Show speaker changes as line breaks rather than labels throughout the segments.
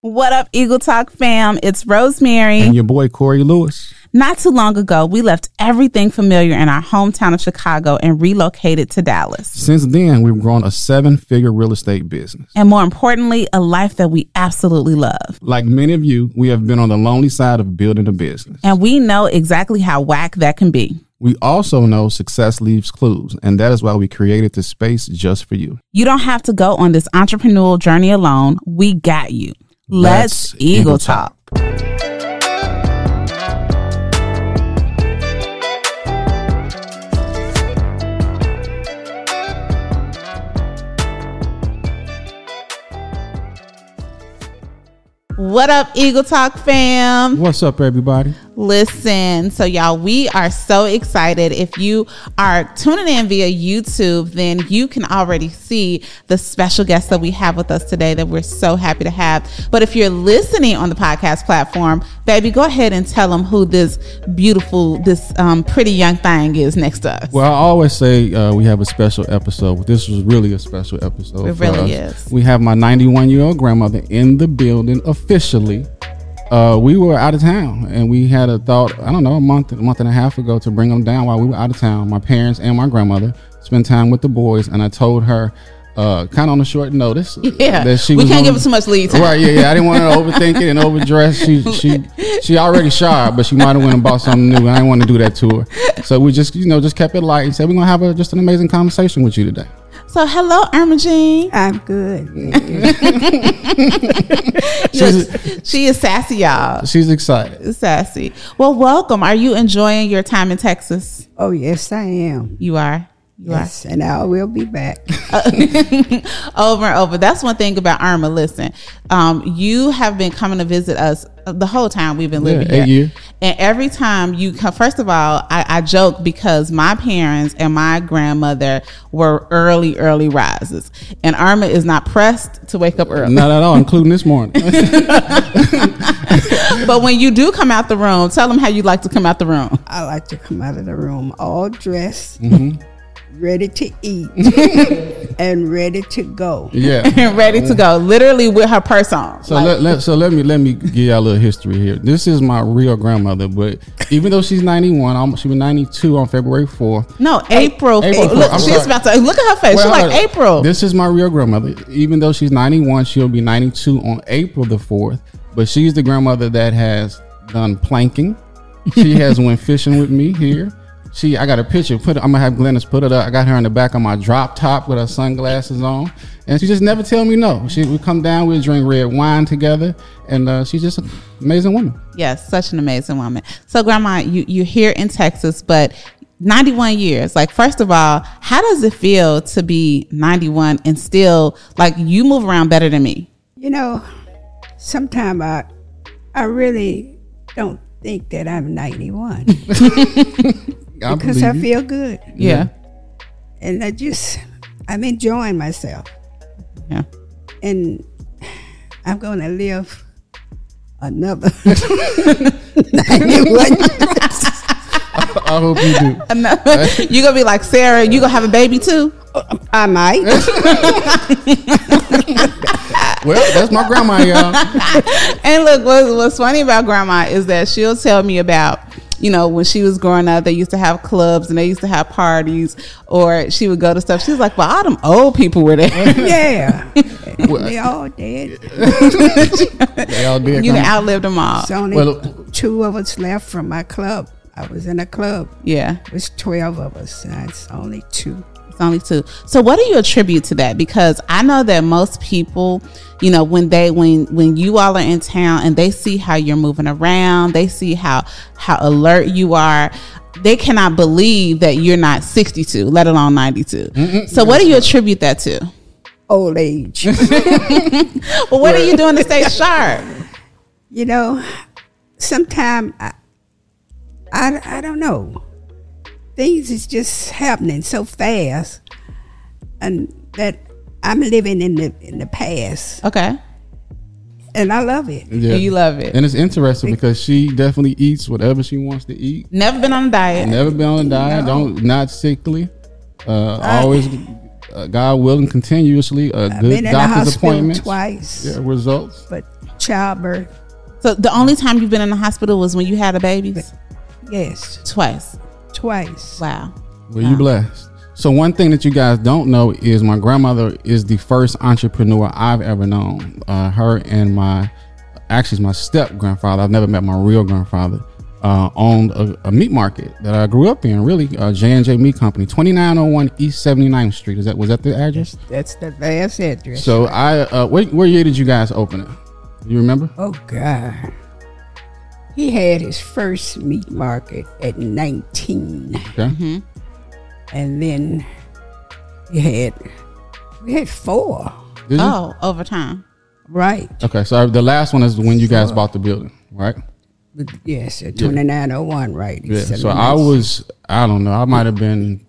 What up, Eagle Talk fam? It's Rosemary.
and your boy Corey Lewis.
Not too long ago, we left everything familiar in our hometown of Chicago and relocated to Dallas.
Since then, we've grown a seven figure real estate business.
And more importantly, a life that we absolutely love.
Like many of you, we have been on the lonely side of building a business.
And we know exactly how whack that can be.
We also know success leaves clues, and that is why we created this space just for you.
You don't have to go on this entrepreneurial journey alone. We got you. Let's,
Let's
Eagle,
Eagle
Talk.
Talk.
What up, Eagle Talk fam?
What's up, everybody?
Listen, so y'all, we are so excited. If you are tuning in via YouTube, then you can already see the special guest that we have with us today that we're so happy to have. But if you're listening on the podcast platform, baby, go ahead and tell them who this beautiful, this um, pretty young thing is next to us.
Well, I always say uh, we have a special episode. This was really a special episode.
It
for
really
us.
is.
We have my 91 year old grandmother in the building officially. Uh, we were out of town, and we had a thought. I don't know, a month, a month and a half ago, to bring them down while we were out of town. My parents and my grandmother spent time with the boys, and I told her, uh, kind of on a short notice,
yeah,
that she
we
was
can't
on-
give it too much lead time.
Right, yeah, yeah. I didn't want her to overthink it and overdress. She she she already shy, but she might have went and bought something new. And I didn't want to do that to her. So we just, you know, just kept it light and said we're gonna have a, just an amazing conversation with you today.
So, hello, Irma
I'm good.
She's
She is sassy, y'all.
she's excited.
Sassy. Well, welcome. Are you enjoying your time in Texas?
Oh yes, I am.
You are. You are.
Yes, and I will be back.
over and over. That's one thing about Irma. Listen, um, you have been coming to visit us the whole time we've been
Yeah,
living
eight
here.
years.
And every time you come, first of all, I, I joke because my parents and my grandmother were early, early rises, and Irma is not pressed to wake up early.
Not at all, including this morning.
but when you do come out the room, tell them how you like to come out the room.
I like to come out of the room all dressed,
Mm-hmm.
ready to eat, and ready to go.
Yeah.
And ready to go, literally with her purse on.
So let, let so let me let me give y'all a little history here. This is my real grandmother, but even though she's ninety one, she was ninety two on February fourth.
no, April.
April
Look,
Fool. I'm
she's
sorry.
about to look at her face.
Well,
she's
hold
like
on.
April.
This is my real grandmother. Even though she's 91, she'll be 92 on April the 4th. But she's the grandmother that has done planking. She has went fishing with me here. She, I got a picture. Put, it- I'm gonna have Glennis put it up. I got her in the back of my drop top with her sunglasses on, and she just never tell me no. She would come down, we'd drink red wine together, and uh, she's just an amazing woman.
Yes, such an amazing woman. So, Grandma, you you're here in Texas, but 91 years. Like, first of all, how does it feel to be 91 and still like you move around better than me?
You know, sometime I, I really don't think that I'm 91
I
because I
believe you.
feel good,
Yeah,
and I just I'm enjoying myself,
yeah.
and I'm going to live another 91.
I hope you do.
you gonna be like Sarah. You gonna have a baby too?
I might.
Well, that's my grandma, y'all.
and look, what's, what's funny about grandma is that she'll tell me about, you know, when she was growing up, they used to have clubs and they used to have parties, or she would go to stuff. She's like, well, all them old people were there.
Yeah,
Well,
they all dead.
They all did.
you
grandma.
done outlived them all.
It's only
uh, Well,
two of us left from my club. I was in a club.
Yeah.
It was 12 of us. and It's only two.
It's only two. So what do you attribute to that? Because I know that most people, you know, when they when when you all are in town and they see how you're moving around, they see how how alert you are, they cannot believe that you're not 62, let alone 92. So what do you attribute that to?
Old age.
Well, what are you doing to stay sharp?
you know, sometimes I, I, I don't know. Things is just happening so fast and that I'm living in the in the past
Okay.
and I love it.
Yeah.
You love it.
And it's interesting because she definitely eats whatever she wants to eat.
Never been on a diet.
Never been on a diet. Don't not sickly. Uh, always, uh, God willing, continuously a
I've
good
been in the
doctor's
hospital
appointment.
twice,
Yeah, results.
but childbirth.
So the only time you've been in the hospital was when you had a baby?
Yes,
Twice.
twice.
Wow.
Well, you blessed. So one thing that you guys don't know is my grandmother is the first entrepreneur I've ever known. Uh, her and my, actually, it's my step grandfather. I've never met my real grandfather. Uh, owned a, a meat market that I grew up in. Really, uh, J and J Meat Company, twenty nine hundred one East 79th Street. Is that was that the address?
That's the last address.
So I, uh, where, where year did you guys open it? You remember?
oh God. He had his first meat market at 19,
Okay.
and then he had we had four,
Did you?
Oh, over time.
right?
Okay. So the last one is when you guys bought the building, right?
But yes, at 2901, right?
Yeah. So I was, I don't know, I might have been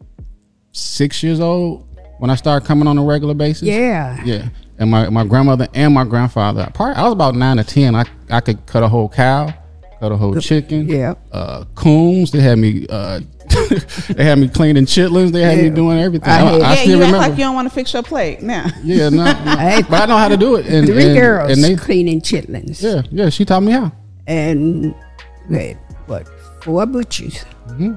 six years old when I started coming on a regular basis.
Yeah.
Yeah. And my, my grandmother and my grandfather, part, I was about nine or 10. I, I could cut a whole cow, cut a whole chicken.
yeah.
Uh, coons. They had me, uh, they had me cleaning chitlins. They had
Yeah.
me doing everything. I,
I had-
I
yeah, you
still
act
remember.
like you don't want to fix your plate now.
yeah, no,
had
but I know how to do it. And,
Three
and,
girls
And they,
cleaning chitlins.
yeah, yeah. She taught me how.
And we had, what, four butchers?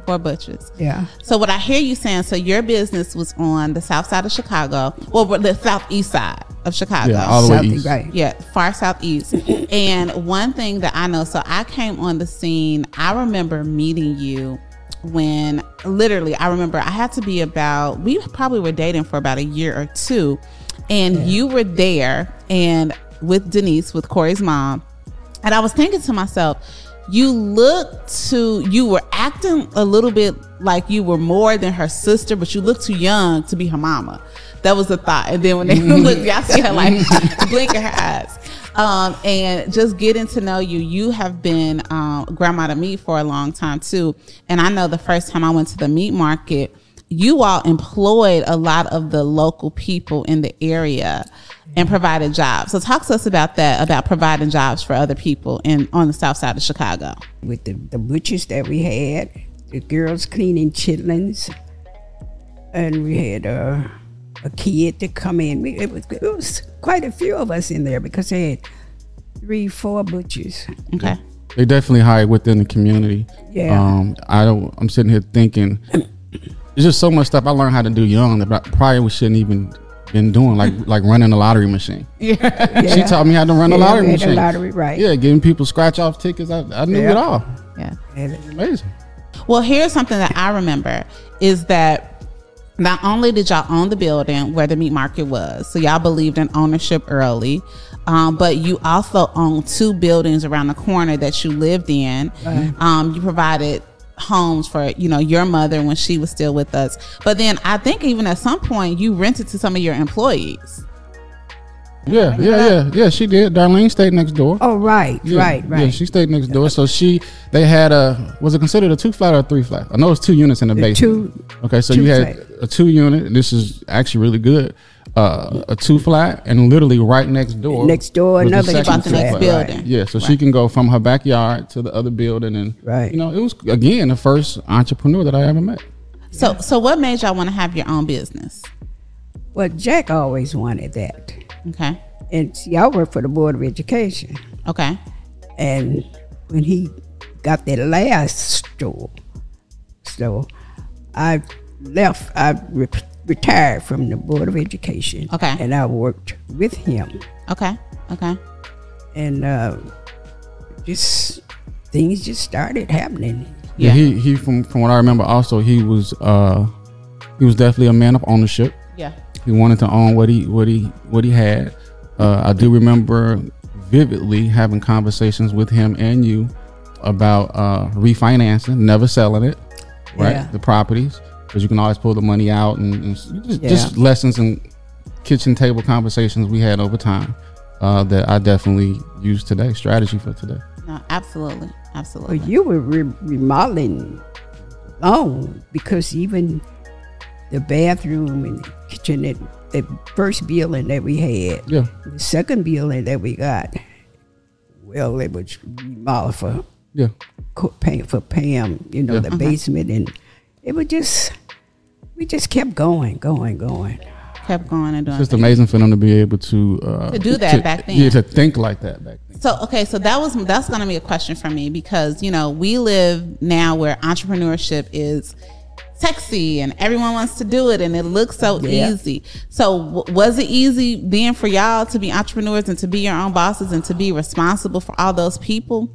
For butchers.
Yeah.
So what I hear you saying, so your business was on the south side of Chicago, well, the southeast side of Chicago.
Yeah, all the way
South-
east.
Right.
Yeah, far southeast. and one thing that I know, so I came on the scene, I remember meeting you when literally I remember I had to be about we probably were dating for about a year or two and you were there and with Denise with Corey's mom and I was thinking to myself you look to you were acting a little bit like you were more than her sister but you look too young to be her mama that was the thought and then when they looked y'all see her like blinking her eyes um, and just getting to know you. You have been um, grandma to me for a long time too, and I know the first time I went to the meat market, you all employed a lot of the local people in the area and provided jobs. So talk to us about that, about providing jobs for other people in on the south side of Chicago.
with the, the butchers that we had, the girls cleaning chitlins, and we had uh, a kid to come in. We, it, was, it was quite a few of us in there because they had three, four butchers.
Okay.
They definitely hired within the community.
Yeah.
Um, I don't. I'm sitting here thinking, there's just so much stuff I learned how to do young that I probably we shouldn't even been doing like like running a lottery machine. She
Yeah.
taught me how to run a
Yeah,
lottery
we had a
machine.
lottery, right.
Yeah, giving people scratch off tickets. I, I knew
Yeah.
it all.
Yeah.
And
Amazing.
Well, here's something that I remember is that not only did y'all own the building where the meat market was, so y'all believed in ownership early, um, but you also owned two buildings around the corner that you lived in. Um, you provided homes for you know your mother when she was still with us, but then I think even at some point you rented to some of your employees.
Yeah, yeah, yeah, yeah. She did. Darlene stayed next door.
oh, right,
Yeah,
right, right.
Yeah, she stayed next door. So she, they had a was it considered a two flat or a three flat? I know it's two units in the basement.
Uh, two-
Okay, so
two
you had a two unit. and This is actually really good. Uh, a two flat, and literally right next door.
Next door,
was the
another
second
About the
two
next
flat.
building.
Yeah, so she can go from her backyard to the other building, and
Right.
you know, it was again the first entrepreneur that I ever met.
So, so what made y'all want to have your own business?
Well, Jack always wanted that.
Okay,
And see, I worked for the Board of Education.
okay,
And when he got that last store, so I left, I re- retired from the Board of Education.
Okay.
And I worked with him.
okay, okay.
And uh, just things just started happening.
Yeah.
Yeah, he he from from what I remember, also he was uh he was definitely a man of ownership.
Yeah.
He wanted to own what he what he what he had. Uh, I do remember vividly having conversations with him and you about uh, refinancing, never selling it, right?
Yeah.
The properties because you can always pull the money out and, and just,
Yeah.
just lessons and kitchen table conversations we had over time uh, that I definitely use today strategy for today.
No, absolutely, absolutely.
But you were re- remodeling long because even the bathroom and the kitchen, that, that first building that we had,
Yeah,
The second building that we got, well, it was remodeled for
yeah.
co- Pam, for Pam, you know,
Yeah.
Mm-hmm.
the basement, and it was just we just kept going, going, going.
kept going and doing.
It's just
things.
amazing for them to be able to uh,
To do that back then.
Yeah, to think like that back then.
So okay, so that was that's going to be a question for me because you know we live now where entrepreneurship is sexy and everyone wants to do it and it looks so
Yeah.
easy. So w- was it easy then for y'all to be entrepreneurs and to be your own bosses and to be responsible for all those people?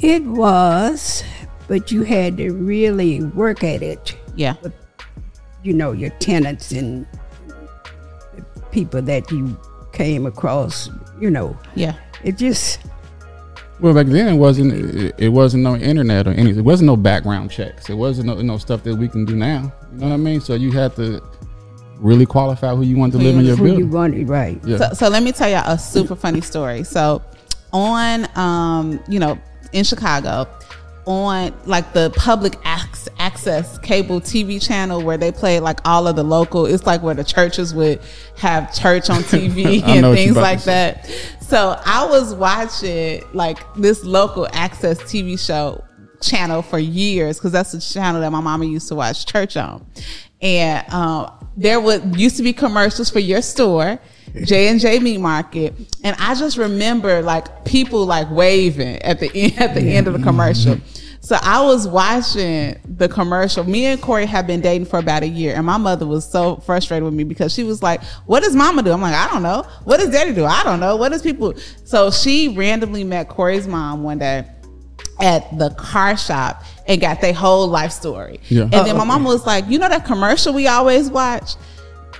It was, but you had to really work at it.
Yeah,
You know, your tenants and the people that you came across, you know.
yeah,
It just,
Well, back then it wasn't it, it wasn't no internet or anything. It wasn't no background checks. It wasn't no, no stuff that we can do now. You know what I mean? So you had to really qualify who you want to
Who
live
you-
in your
who you
building.
wanted, right.
Yeah.
So, so let me tell y'all a super funny story. So, on um, you know, in Chicago, on like the public ac- access cable TV channel where they play like all of the local. It's like where the churches would have church on TV
I
and
know what you
things
about
like
to say.
that that. So I was watching like this local access TV show channel for years because that's the channel that my mama used to watch church on, and um, there would used to be commercials for your store. J and J Meat Market, and I just remember like people like waving at the end at the end of the commercial. So I was watching the commercial. Me and Corey had been dating for about a year, and my mother was so frustrated with me because she was like, "What does Mama do?" I'm like, "I don't know. What does Daddy do? I don't know. What does people?" So she randomly met Corey's mom one day at the car shop and got their whole life story.
Yeah.
And then my mom was like, "You know that commercial we always watch?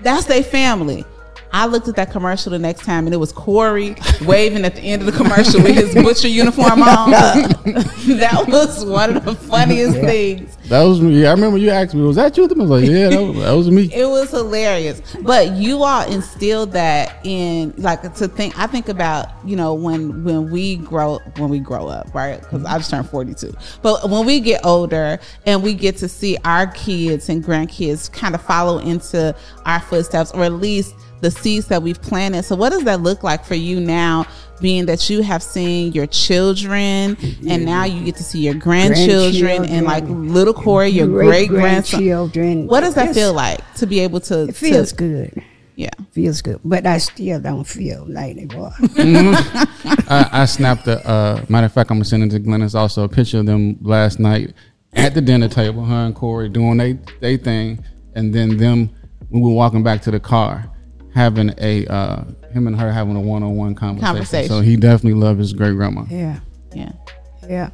That's their family." I looked at that commercial the next time, and it was Corey waving at the end of the commercial with his butcher uniform on. that was one of the funniest things.
That was me. Yeah, I remember you asked me, "Was that you?" I was like, "Yeah, that was, that was me."
It was hilarious. But you all instilled that in like to think I think about, you know, when when we grow when we grow up, right? Cuz I just turned 42. But when we get older and we get to see our kids and grandkids kind of follow into our footsteps or at least the seeds that we've planted. So what does that look like for you now being that you have seen your children and now you get to see your grandchildren, and like
Grandchildren.
little Corey, your great grandson.
grandchildren.
What does that
Yes.
feel like to be able to?
It feels
to-
good.
Yeah.
Feels good. But I still don't feel like it was.
I, I snapped a uh, matter of fact. I'm gonna send it to Glennis also a picture of them last night at the dinner table, her and Corey doing they they thing, and then them when we were walking back to the car having a uh, him and her having a one on one conversation.
Conversation.
So he definitely loved his great grandma.
yeah.
Yeah.
Yeah.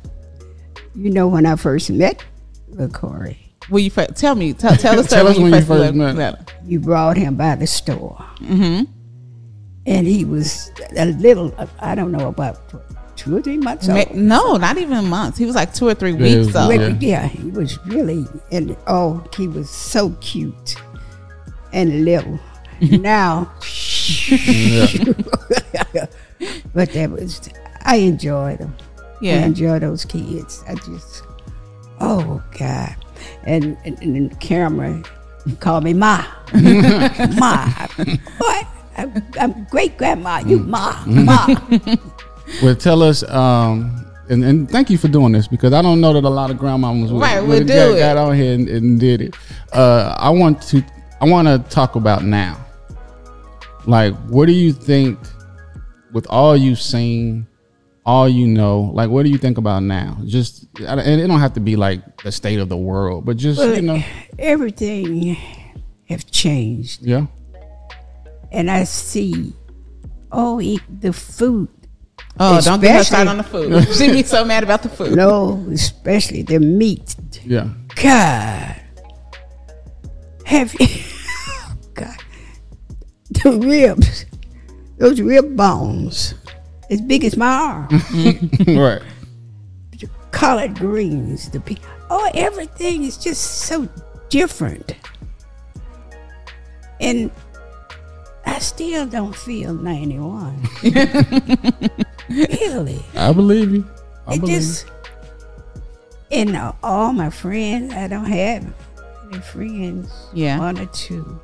You know, when I first met with Corey,
Well, you fir- tell me. Tell, tell the story
Tell us when you first
looked-
met.
met.
you brought him by the store. Mm-hmm. And he was a little, I don't know, about two or three months
Ma-
old.
No, not even months. He was like two or three
Yeah, it
weeks
was-
old.
yeah.
But yeah, he was really, and oh, he was so cute and little. now, but that was, I enjoyed him. I
Yeah.
enjoy those kids. I just, oh God. And, and, and the camera called me Ma. ma. What? I'm, I'm great grandma. You Ma. Ma.
Well, tell us, um, and, and thank you for doing this because I don't know that a lot of grandmamas would,
Right, would
would've
do
got,
it.
got on here and, and did it. Uh, I want to, I want to talk about now. Like, what do you think, with all you've seen, all you know, like, what do you think about now? Just, and it don't have to be like the state of the world, but just you know,
But everything have changed.
yeah,
And I see, oh, eat the food.
Oh, don't get her started on
Especially-
the food. She'd be so mad about the food.
No, especially the meat.
yeah.
God. Have you? God. The ribs. Those rib bones. As big as my arm.
right.
the collard greens. The pe- Oh, everything is just so different. And I still don't feel 91. really.
I believe you. I
It
believe
just and uh, all my friends, I don't have any friends.
Yeah.
one or two.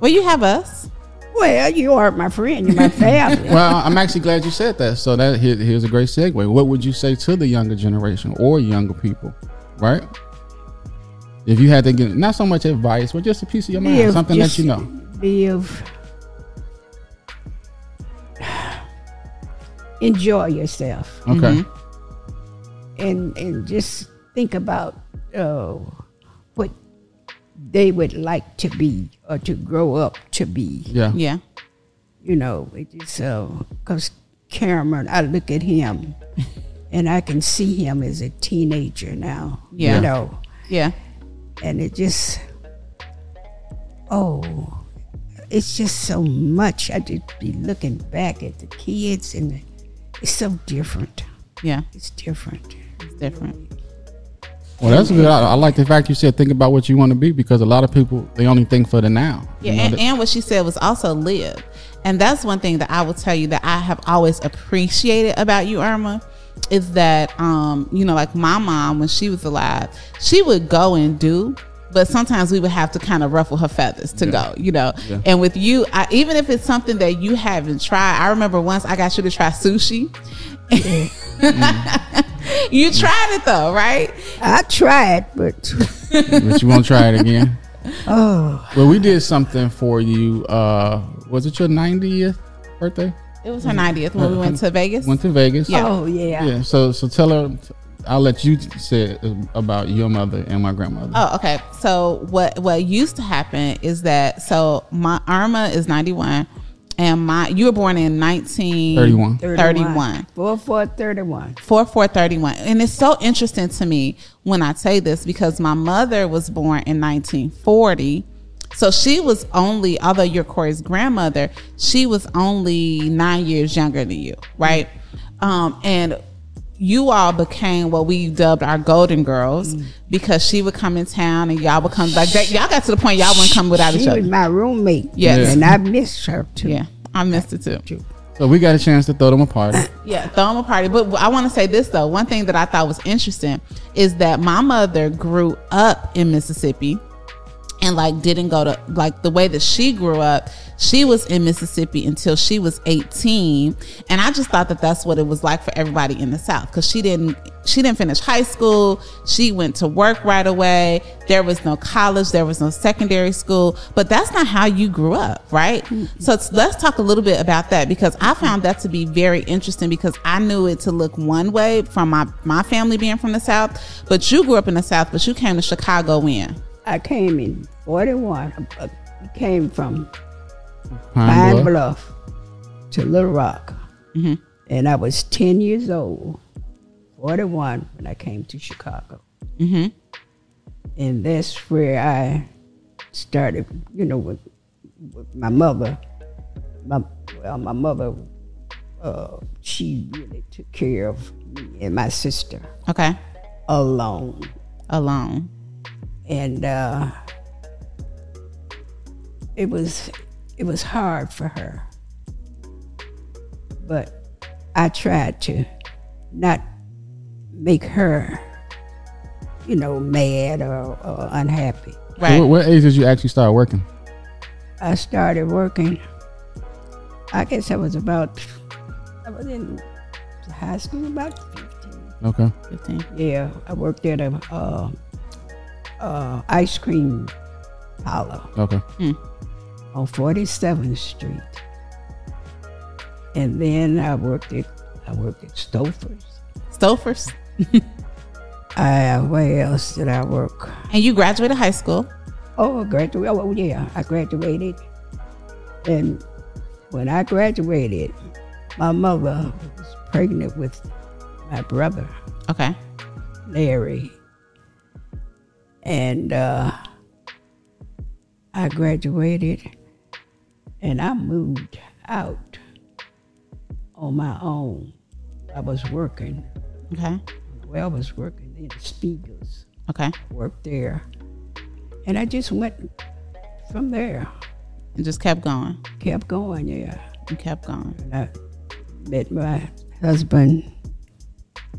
Well, you have us.
Well, you are my friend. You're my family.
well, I'm actually glad you said that. So that here, here's a great segue. What would you say to the younger generation or younger people, right? If you had to give not so much advice, but just a piece of your mind,
Yeah,
something
just
that you know.
be of enjoy yourself
Okay.
and and just think about uh, what they would like to be or to grow up to be.
Yeah.
Yeah.
you know, it is because Cameron, I look at him and I can see him as a teenager now,
Yeah.
you know,
Yeah.
and it just, oh, it's just so much. I just be looking back at the kids and it's so different.
Yeah.
It's different.
It's different.
Well, that's good. I, I like the fact you said think about what you want to be because a lot of people they only think for the now.
Yeah.
You know,
and,
that-
and what she said was also live. And that's one thing that I will tell you that I have always appreciated about you, Irma, is that, um, you know, like my mom, when she was alive, she would go and do, but sometimes we would have to kind of ruffle her feathers to go, you know. And with you, I, even if it's something that you haven't tried, I remember once I got you to try sushi.
Mm.
you tried it though, right?
I tried, but
but you won't try it again.
oh,
Well, we did something for you. Uh, was it your 90th birthday?
It was her 90th when we went to Vegas.
Mm-hmm. Went to Vegas.
Yeah.
oh yeah.
Yeah. So, so tell her. I'll let you say about your mother and my grandmother.
Oh, okay. So what what used to happen is that so my Irma is ninety one, and my you were born in nineteen
31.
31.
4 4 31.
4431. And it's so interesting to me when I say this because my mother was born in 1940. So she was only, although you're Corey's grandmother, she was only nine years younger than you, right? Um, and you all became what we dubbed our golden girls because she would come in town and y'all would come like that. Y'all got to the point y'all wouldn't come without
She
each
was
other.
my roommate.
Yes.
And I missed her too.
Yeah, I missed it too.
So we got a chance to throw them a party.
Yeah, throw them a party. But I want to say this though. One thing that I thought was interesting is that my mother grew up in Mississippi and like didn't go to like the way that she grew up she was in mississippi until she was 18 and i just thought that that's what it was like for everybody in the south because she didn't she didn't finish high school she went to work right away there was no college there was no secondary school but that's not how you grew up right so it's- let's talk a little bit about that because i found that to be very interesting because i knew it to look one way from my my family being from the south but you grew up in the south but you came to chicago when
I came in 41. uh, Came from
Pine Bluff.
Pine Bluff to Little Rock. And I was 10 years old, 41, when I came to Chicago. And that's where I started, you know, with, with my mother. My, well, my mother, uh, she really took care of me and my sister
okay
alone.
alone.
and uh, it was it was hard for her. But I tried to not make her, you know, mad or, or unhappy.
Right.
What, what age did you actually start working?
I started working. I guess I was about I was in high school about fifteen.
Okay.
15.
Yeah, I worked at a uh, uh, ice cream parlor.
Okay.
on 47th Street. And then I worked at I worked at Stouffer's.
Stofers.
I where else did I work?
And you graduated high school.
Oh, graduate. Oh, yeah, I graduated. And when I graduated, my mother was pregnant with my brother
Okay.
Larry, and uh, I graduated, and I moved out on my own. I was working.
Okay.
Well, I was working in Spiegel's,
Okay.
worked there, and I just went from there.
And just kept going.
Kept going, yeah.
You kept going.
And I met my husband,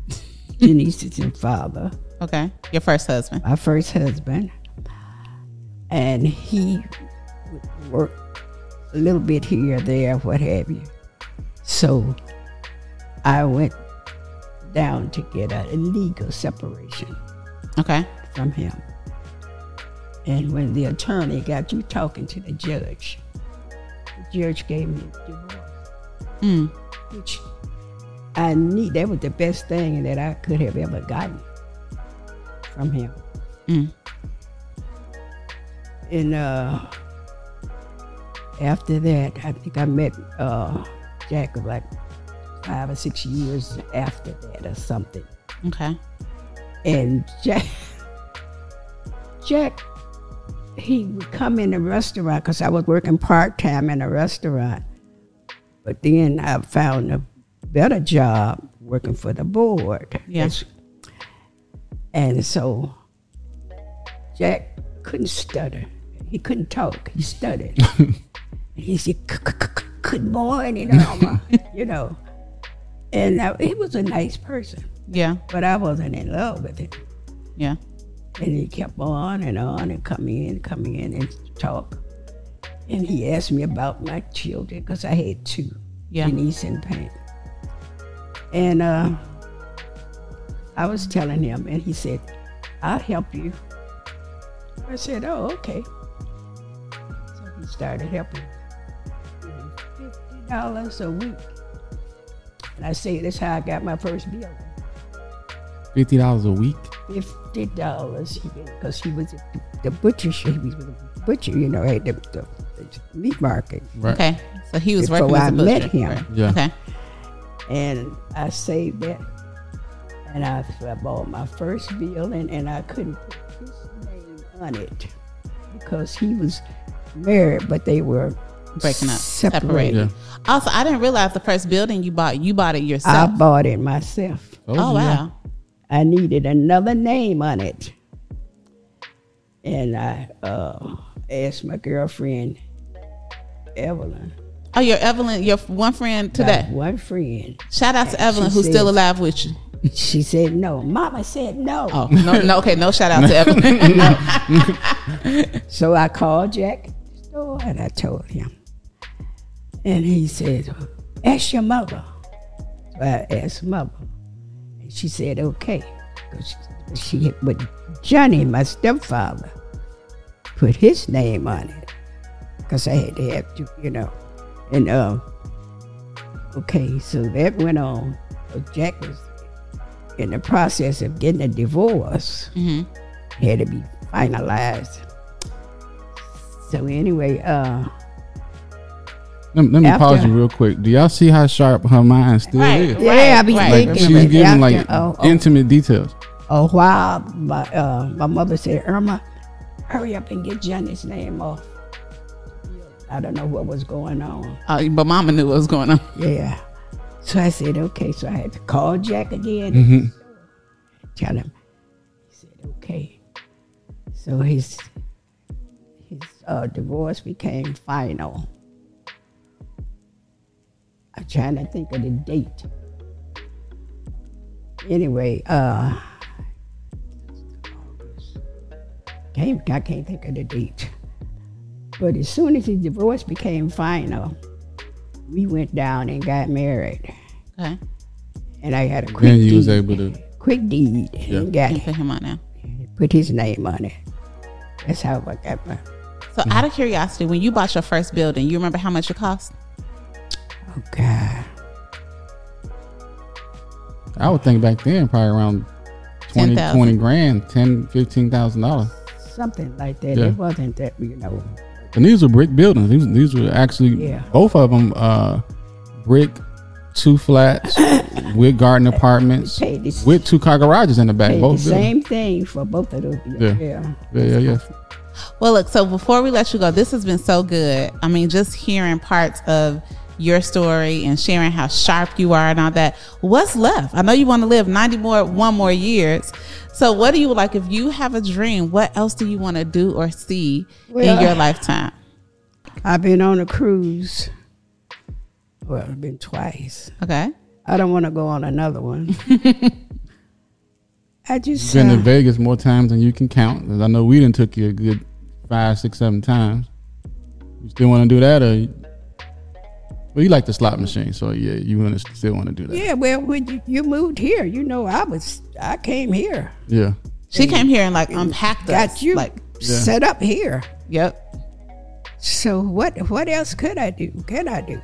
Denise's father.
Okay. Your first husband.
my first husband, and he would work a little bit here, there, what have you. So I went down to get a legal separation
Okay.
from him. And when the attorney got you talking to the judge, George gave me a divorce,
Mm.
which I need. That was the best thing that I could have ever gotten from him. And uh, after that, I think I met uh, Jack about five or six years after that, or something.
Okay.
And Jack, Jack, he would come in the restaurant because I was working part time in a restaurant. But then I found a better job working for the board.
Yeah.
And so Jack couldn't stutter. He couldn't talk. He stuttered. he said, "C- c- c- "Good morning, Alma," you know. And I, he was a nice person,
Yeah.
but I wasn't in love with him.
Yeah.
And he kept on and on and coming in, coming in and talk. And he asked me about my children because I had two,
Yeah.
Denise and Pam. And uh, I was telling him, and he said, "I'll help you." I said, "Oh, okay." So he started helping, me. fifty dollars a week. And I say, "That's how I got my first bill."
Fifty dollars a week.
fifty dollars because he was at the butcher. shop. He was with a butcher, you know, at the, the, the meat market.
Right.
Okay. So he was
Before
working as a
I
butcher.
met him.
Right.
Yeah.
Okay.
And I saved that, and I, I bought my first bill, and, and I couldn't put his name on it because he was married, but they were
Breaking up.
separated.
Separating.
Yeah.
Also, I didn't realize the first building you bought, you bought it
I
yourself.
bought it myself.
Told
oh
you.
wow.
I needed another name on it. And I uh, asked my girlfriend, Evelyn,
Oh, your Evelyn, your one friend
my
today.
one friend.
Shout out to Evelyn,
She
who's still
said-
alive with you.
She said no. Mama said no.
Oh no, no, okay, no shout out to Evelyn.
So I called Jack at the store and I told him. And he said, Ask your mother. So I asked mother. And she said, Okay. 'Cause she, she had- but Johnny, my stepfather, put his name on it. Because I had to have to, you know. And uh, okay, so that went on. So Jack was in the process of getting a divorce. Had to be finalized. So anyway, uh,
Let, let me
After-
pause you real quick. Do y'all see how sharp her mind still
Right,
is?
right.
yeah, I be
Like,
Like
thinking
she's
about it.
giving like
After Oh, a, a,
intimate details.
a while, oh, my uh, my mother said, "Irma, hurry up and get Johnny's name off." I don't know what was going on.
Uh, but Mama knew what was going on.
Yeah, so I said, "Okay." So I had to call Jack again, tell him. He said, "Okay." So his his uh, divorce became final. I'm trying to think of the date. Anyway, uh, can't, I can't think of the date. But as soon as his divorce became final, we went down and got married.
Okay,
And I had a quick
Then you was
deed-
able to.
quick deed and got
you can put him on now.
put his name on it. That's how I got my
So, out of curiosity, when you bought your first building, you remember how much it cost?
oh god.
I would think back then probably around 20,
10,000.
20 grand, 10, 15,000 dollars.
Something like that.
Yeah.
It wasn't that you know
And these were brick buildings. These, these were actually
Yeah.
both of them uh, brick, two flats with garden apartments
paid the,
with two car garages in the back.
paid the
Both buildings.
same thing for both of those.
Yeah.
Yeah. yeah.
Yeah, yeah, yeah.
Well, look, so before we let you go, this has been so good. I mean, just hearing parts of your story and sharing how sharp you are and all that. What's left? I know you want to live 90 more, one more years. So, what do you like if you have a dream? What else do you want to do or see in
Well-
your lifetime?
I've been on a cruise. Well, I've been twice.
Okay.
I don't want to go on another one. I just
Been
uh,
to Vegas more times than you can count. 'cause I know we didn't took you a good five, six, seven times. You still want to do that, or you- well, you like the slot machine, so yeah, you want to still want to do that.
yeah. Well, when you, you moved here, you know, I was I came here,
Yeah.
She came here and like unpacked um, us.
got you
Like,
set up here.
yep.
So what what else could I do? Can I do?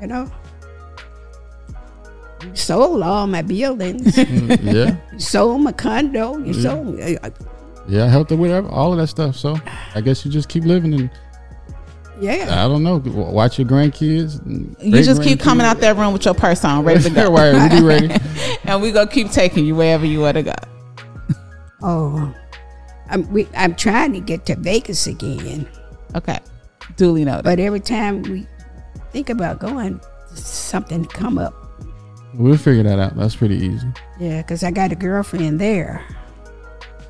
You know? You sold all my buildings.
Mm-hmm.
you
Mm, yeah,
sold my condo. You sold uh,
yeah, I helped her with ev- all of that stuff. So I guess you just keep living and
yeah.
I don't know, w- watch your grandkids. and
You just keep
great-grandkids.
coming out that room with your purse on, ready to go,
right, we be ready.
and we gonna keep taking you wherever you want to go.
Oh. I'm we, I'm trying to get to Vegas again.
Okay, duly noted.
But every time we think about going, something come up.
We'll figure that out. That's pretty easy.
Yeah, because I got a girlfriend there.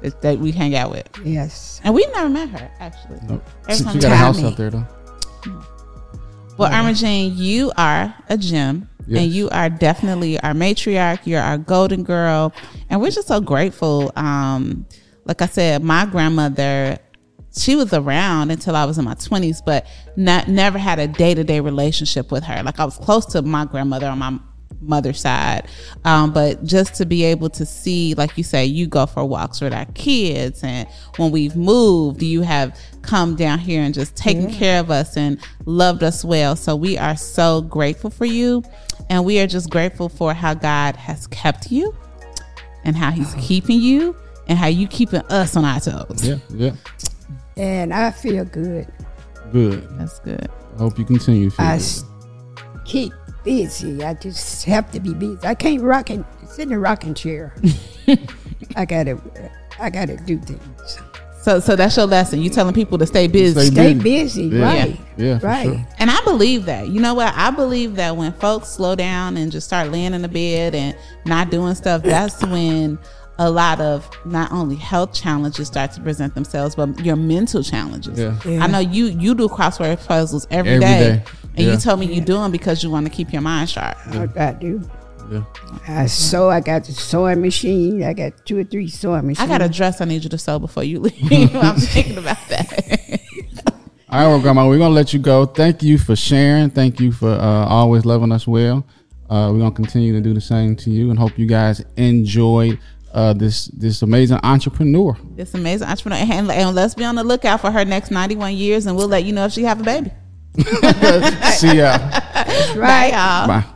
That- that we hang out with,
Yes.
and we've never met her actually.
Nope.
There's
She
some
got a house
timing.
out there though.
Well, Irma Jean, you are a gem,
Yes.
and you are definitely our matriarch. You're our golden girl, and we're just so grateful. Um, like I said, my grandmother, she was around until I was in my twenties, but not never had a day to day relationship with her. Like I was close to my grandmother on my mother's side, um, but just to be able to see, like you say, you go for walks with our kids, and when we've moved, you have come down here and just taken care of us and loved us well. So we are so grateful for you. And we are just grateful for how God has kept you and how he's keeping you and how you keeping us on our toes.
Oh. Yeah, yeah.
And I feel good.
Good.
That's good.
I hope you continue. to feel
I
good.
s- keep busy. I just have to be busy. I can't rock and sit in a rocking chair. I gotta, I gotta do things.
So so that's your lesson. You telling people to stay busy.
Stay
Stay busy,
busy. Yeah.
right?
Yeah, for
right.
sure.
And I believe that. You know what? I believe that when folks slow down and just start laying in the bed and not doing stuff, that's when a lot of not only health challenges start to present themselves, but your mental challenges.
Yeah.
I know you you do crossword puzzles every
Every
day,
day.
and
Yeah.
you told me you do them because you want to keep your mind sharp.
I, I do.
yeah.
I sew. I got the sewing machine. I got two or three sewing
I
machines.
Mm-hmm.
got a dress I need you to sew before you leave. I'm thinking about that.
All right, well, Grandma, we're gonna let you go. Thank you for sharing. Thank you for uh, always loving us well. Uh, we're gonna continue to do the same to you, and hope you guys enjoyed uh, this this amazing entrepreneur.
this amazing entrepreneur, and, and let's be on the lookout for her next 91 years, and we'll let you know if she have a baby.
See ya.
Bye,
right.
y'all.
Bye.